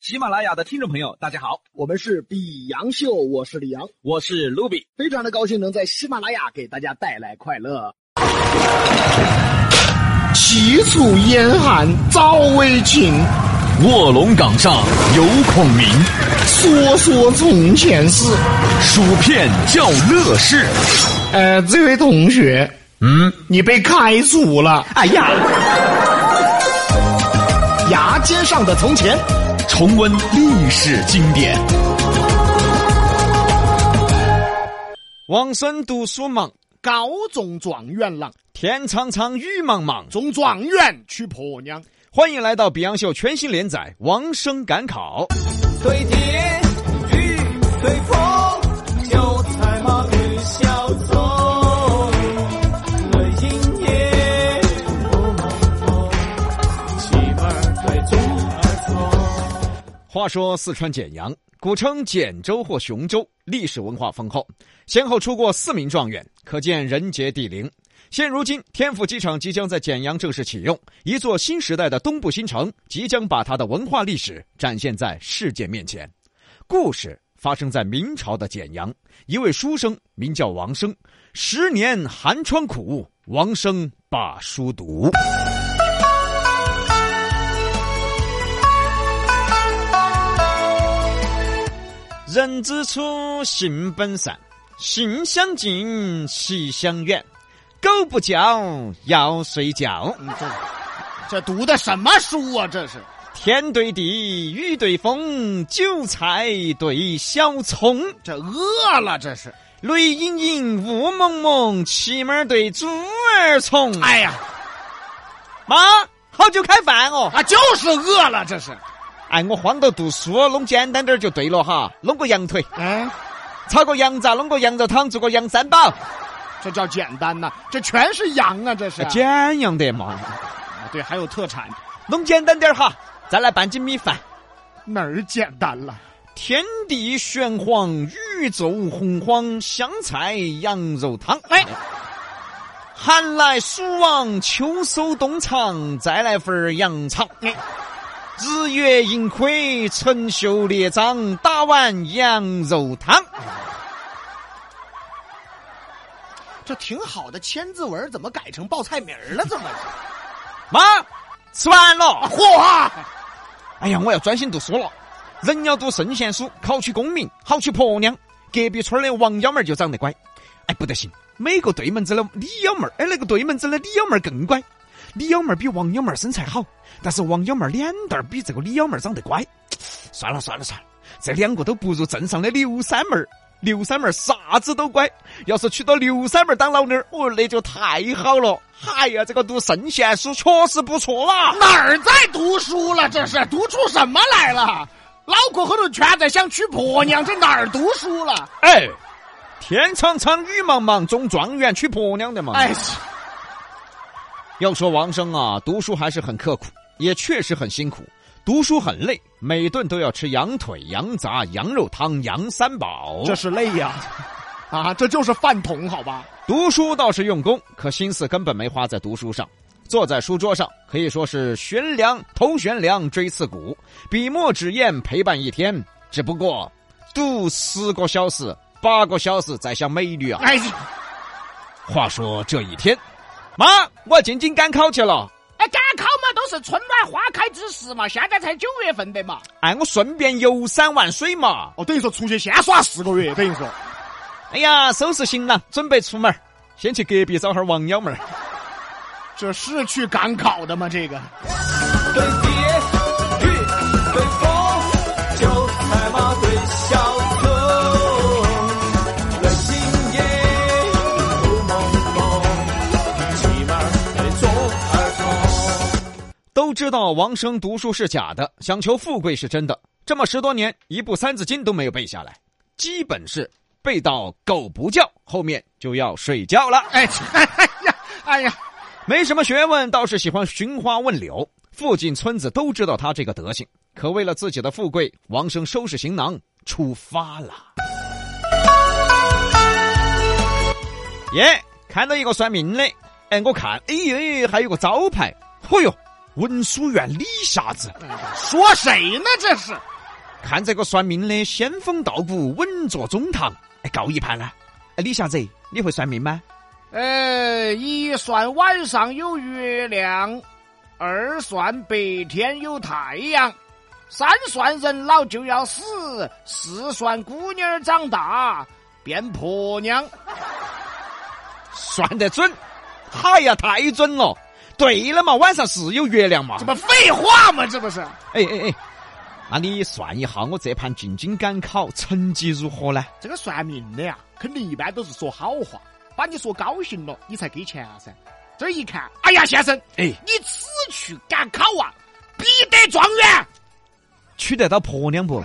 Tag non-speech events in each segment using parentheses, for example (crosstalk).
喜马拉雅的听众朋友，大家好，我们是比杨秀，我是李阳，我是卢比。非常的高兴能在喜马拉雅给大家带来快乐。齐楚燕韩早为秦，卧龙岗上有孔明，说说从前事。薯片叫乐事。呃，这位同学，嗯，你被开除了。哎呀，牙尖上的从前，重温历史经典。王生读书忙，高中状元郎，天苍苍，雨茫茫。中状元娶婆娘。欢迎来到《比洋秀》全新连载《王生赶考》。对天雨，对风，就踩马与小走。论阴夜不能风，妻儿对猪儿错。话说四川简阳，古称简州或雄州，历史文化丰厚，先后出过四名状元，可见人杰地灵。现如今，天府机场即将在简阳正式启用，一座新时代的东部新城即将把它的文化历史展现在世界面前。故事发生在明朝的简阳，一位书生名叫王生，十年寒窗苦，王生把书读。人之初，性本善，性相近，习相远。狗不教，要睡觉。嗯，这这读的什么书啊？这是天对地，雨对风，韭菜对小葱，这饿了，这是。雷隐隐，雾蒙蒙，骑马对猪儿从。哎呀，妈，好久开饭哦！啊，就是饿了，这是。哎，我荒头读书，弄简单点儿就对了哈。弄个羊腿，哎，炒个羊杂，弄个羊肉汤，做个羊三宝，这叫简单呐、这全是羊啊，这哎是。简样的嘛。啊对，还有特产，弄简单点儿哈，再来半斤米饭。哪儿简单了？天地玄黄，宇宙洪荒，香菜羊肉汤。哎，寒来暑往，秋收冬藏，再来份儿羊肠。哎日月盈亏，春秀列张，打碗羊肉汤。这挺好的千字文儿，怎么改成报菜名儿了？怎么？妈，吃完了。嚯！哎呀，我要专心读书了。人要读圣贤书，考取功名，好娶婆娘。隔壁村儿的王幺妹儿就长得乖，哎，不得行。每个对门子的李幺妹儿，哎，那个对门子的李幺妹儿更乖。李幺妹儿比王幺妹儿身材好，但是王幺妹儿脸蛋儿比这个李幺妹儿长得乖。算了算了算了，这两个都不如镇上的刘三妹儿。刘三妹儿啥子都乖，要是娶到刘三妹儿当老妞儿，哦，那就太好了。哎呀，这个读圣贤书确实不错啦。哪儿在读书了？这是读出什么来了？脑壳后头全在想娶婆娘，这哪儿读书了？哎，天苍苍，雨茫茫，中状元娶婆娘的嘛。哎，，要说王生啊，读书还是很刻苦，也确实很辛苦。读书很累，每顿都要吃羊腿、羊杂、羊肉汤、羊三宝。是累呀、 (laughs) 啊！这就是饭桶，好吧？读书倒是用功，可心思根本没花在读书上。坐在书桌上，可以说是悬梁头悬梁锥刺股，笔墨纸砚陪伴一天。只不过读十个小时、八个小时在想美女啊。哎，话说这一天，妈，我进京赶考去了。哎，赶考嘛，都是春暖花开之时嘛，现在才九月份的嘛。哎，我顺便游山玩水嘛。哦，等于说出去先耍四个月，等于说哎呀，收拾行囊，准备出门儿，先去隔壁找哈儿王幺妹儿。这是去赶考的吗？这个对天雨，对风，就踩马对小走。论阴夜不能风，妻儿对猪儿错。都知道王生读书是假的，想求富贵是真的。这么十多年，一部《三字经》都没有背下来，基本是背到狗不叫，后面就要睡觉了。哎，哎呀，哎呀，没什么学问，倒是喜欢寻花问柳。附近村子都知道他这个德行，可为了自己的富贵，王生收拾行囊出发了。耶，看到一个算命的，哎，我看，哎呦，还有个哎招牌，嚯哟，文殊院李瞎子。说谁呢？这是看这个算命的仙风道骨，稳坐中堂，哎，告一盘呢。哎，李瞎子，你会算命吗？呃，一算晚上有月亮，二算白天有太阳，三算人老就要死，四算姑娘儿长大变婆娘。算得准，哎呀，太准了。对了嘛，晚上是有月亮嘛这。不废话吗？这不是？哎哎哎，那你算一下我这盘进京赶考成绩如何呢？这个算命的呀，肯定一般都是说好话，把你说高兴了，你才给钱噻、这一看，哎呀，先生，哎你此去赶考啊，必得状元。娶得到婆娘不？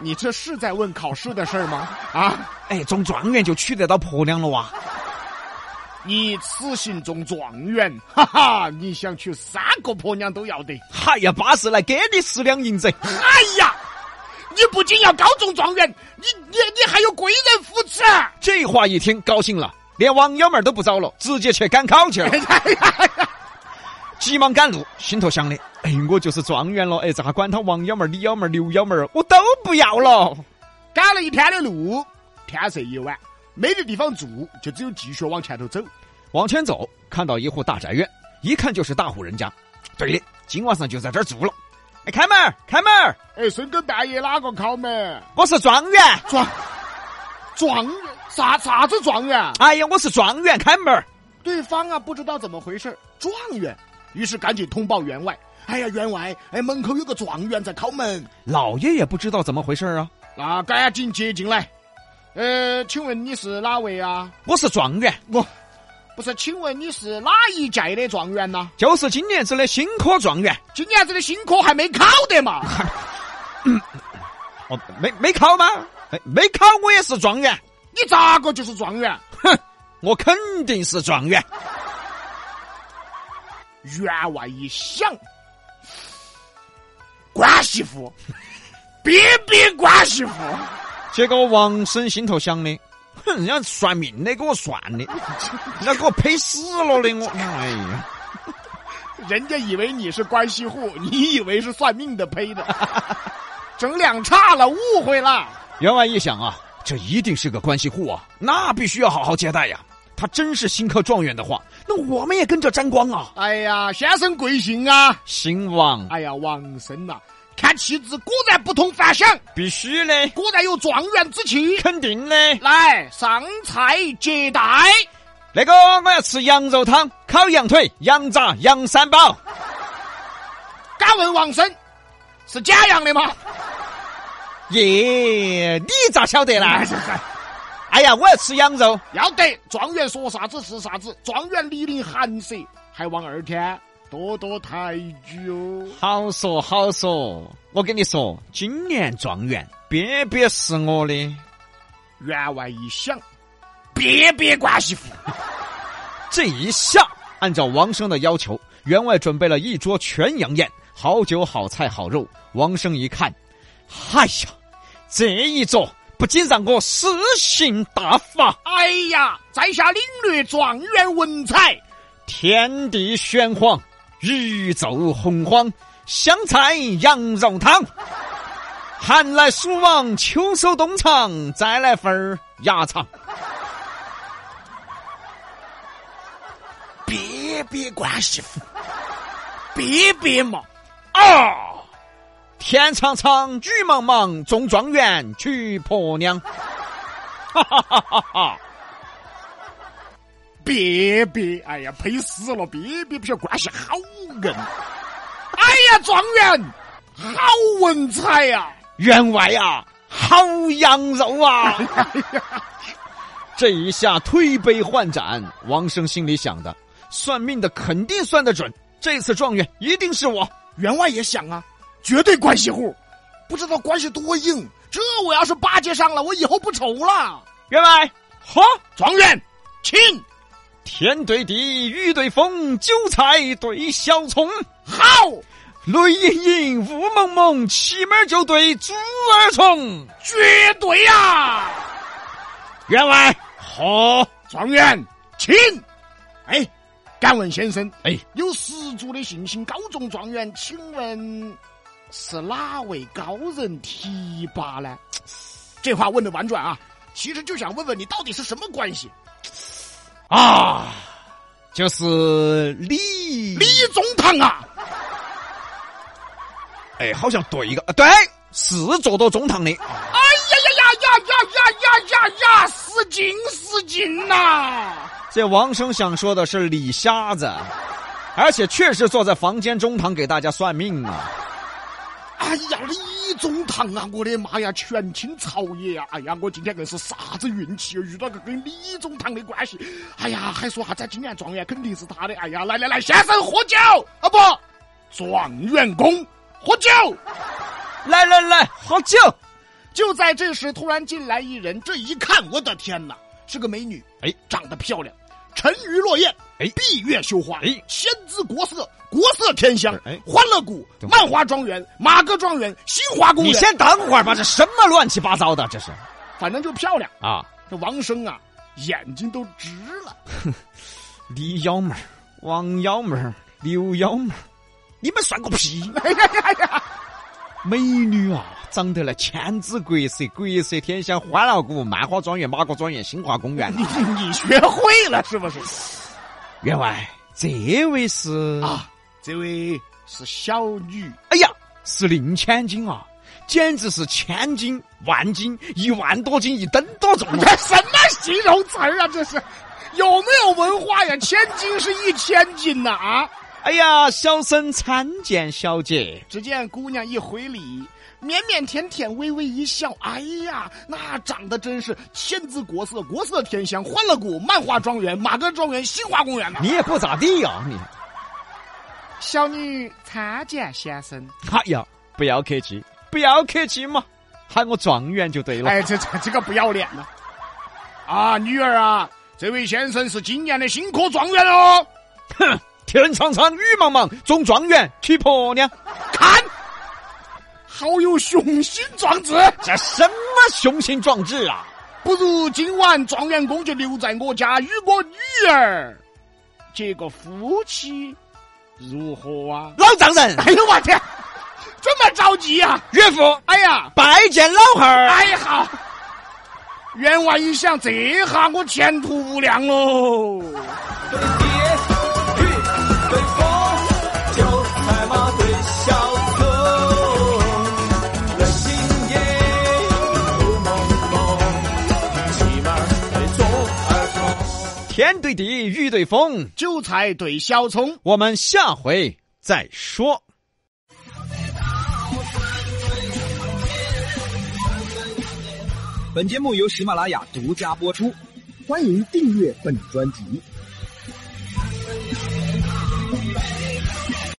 你这是在问考试的事儿吗？啊，哎，中状元就娶得到婆娘了哇！你此行中状元，哈哈，你想娶三个婆娘都要得。哎呀，巴适，来给你十两银子。哎呀，你不仅要高中状元，你你你还有贵人扶持。这话一听高兴了，连网友们都不找了，直接去赶考去了。哎急忙赶路，心头想的，哎，我就是状元了，哎，咋还管他王幺妹儿、李幺妹儿、刘幺妹儿，啊我都不要了。赶了一天的路，天色已晚，没得地方住，就只有继续往前头走。往前走，看到一户大宅院，一看就是大户人家。对的，今晚上就在这儿住了。哎，开门儿，开门儿，哎，深更半夜哪个考门？我是状元。状状元啥啥子状元？哎呀，我是状元，开门儿。对方啊不知道怎么回事，状元，于是赶紧通报员外。哎呀，员外，哎，门口有个状元在敲门，老爷也不知道怎么回事儿啊。那赶紧接进来。呃，请问你是哪位啊？我是状元，不是，请问你是哪一届的状元呢？就是今年子的新科状元。今年子的新科还没考得 (laughs) 嘛？哦，没没考吗？哎，没考我也是状元，你咋个就是状元？我肯定是状元。员外一想， (sighs) 关媳妇， (laughs) 别别关媳妇，结果王生心头想的，哼，人家算命的给我算的，人家给我赔死了的我。哎呀， (laughs) 人家以为你是关系户，你以为是算命的呸的， (laughs) 整两岔了，误会了。员外一想啊，这一定是个关系户啊，那必须要好好接待呀。他真是新科状元的话，那我们也跟着沾光啊。哎呀，先生贵姓啊？姓王，哎呀，王生呐、看气质果然不同凡响，必须的，果然有状元之气。 (laughs) 肯定的。来，上菜接待。那个我要吃羊肉汤、烤羊腿、羊杂、羊三宝。敢问王生，是假洋的吗？耶，你咋晓得啦哎？这这哎呀，我要吃羊肉。要得，状元说啥子是啥子，状元李林寒舍，还望二天多多抬举哦。好说好说，我跟你说，今年状元别别是我的，员外一想，别别关媳妇，这一下按照王生的要求，员外准备了一桌全羊宴，好酒好菜好肉。王生一看，哎呀，这一桌不禁让我诗兴大发，哎呀，在下领略状元文采，天地玄黄，宇宙洪荒，香菜羊肉汤。寒来暑往，秋收冬藏，再来份儿鸭肠。别别关媳妇，别别嘛啊！天苍苍，雨茫茫，中状元娶婆娘。别别，哎呀，赔死了！别别，不晓得关系好硬。哎呀，状元，好文采呀、员外啊，好羊肉啊！ (laughs) 这一下推杯换盏，王生心里想的，算命的肯定算得准，这次状元一定是我。员外也想啊，绝对关系户，不知道关系多硬。这我要是巴结上了，我以后不愁了。员外，嚯，状元，请，天对地，雨对风，韭菜对小葱，好，雷隐隐，雾蒙蒙，起码就对猪儿虫。绝对呀、员外，嚯！状元，请。哎，敢问先生，哎，有十足的信心高中状元，请问是哪位高人提拔呢？这话问的婉转啊，其实就想问问你到底是什么关系？啊，就是李李中堂啊，哎，好像对一个，啊对，是做到中堂的。哎呀呀呀呀呀呀呀呀呀，失敬失敬呐！这王生想说的是李瞎子，而且确实坐在房间中堂给大家算命啊。哎呀，李中堂啊，我的妈呀，权倾朝野啊！哎呀，我今天硬是啥子运气啊，遇到个跟李中堂的关系。哎呀，还说啥子今年状元肯定是他的。哎呀，来来来，先生喝酒啊不，状元公喝酒。来来来，喝酒。就在这时，突然进来一人，这一看，我的天哪，是个美女，哎，长得漂亮，沉鱼落雁，哎闭月羞花，哎先知国色，国色天香，哎欢乐谷、等会儿漫华庄园、马哥庄园、新华公你园，先等会儿吧，这什么乱七八糟的，这是反正就漂亮。啊！这王生啊，眼睛都直了。李幺妹儿、王幺妹儿、刘幺妹儿，你们算个屁！哎呀呀呀！美女啊，长得来千姿国色，国色天香，欢乐谷、漫花庄园、马哥庄园、新华公园 (laughs) 你啊。你学会了是不是？员外，这位是啊，这位是小女，哎呀，是令千金啊，简直是千金、万金、一万多斤、一吨多重这什么形容词儿啊？这是有没有文化呀？千金是一千金呐啊哎呀，小生参见小姐。只见姑娘一回礼，腼腆腆腆，微微一笑。哎呀，那长得真是千姿国色，国色天香，欢乐谷、漫画庄园、马哥庄园、新华公园呐。你也不咋地呀、你。小女参见先生。哎呀，不要客气，不要客气嘛，喊我状元就对了。哎，这这这个不要脸呐！啊，女儿啊，这位先生是今年的新科状元哦，哼，天苍苍，雨茫茫，中状元娶婆娘，看，好有雄心壮志！这什么雄心壮志啊！不如今晚状元公就留在我家，与我女儿结个夫妻，如何啊？ (laughs) 老丈人，哎呦我天，这么着急呀、岳父，哎呀，拜见老汉儿。哎好，员外一想，这下我前途无量喽。对 (laughs) 蝶，雨对风，韭菜马对小狗，人影也不朦胧，鸡儿对钟儿钟。天对地，雨对风，韭菜对小葱。我们下回再说。本节目由喜马拉雅独家播出。欢迎订阅本专辑。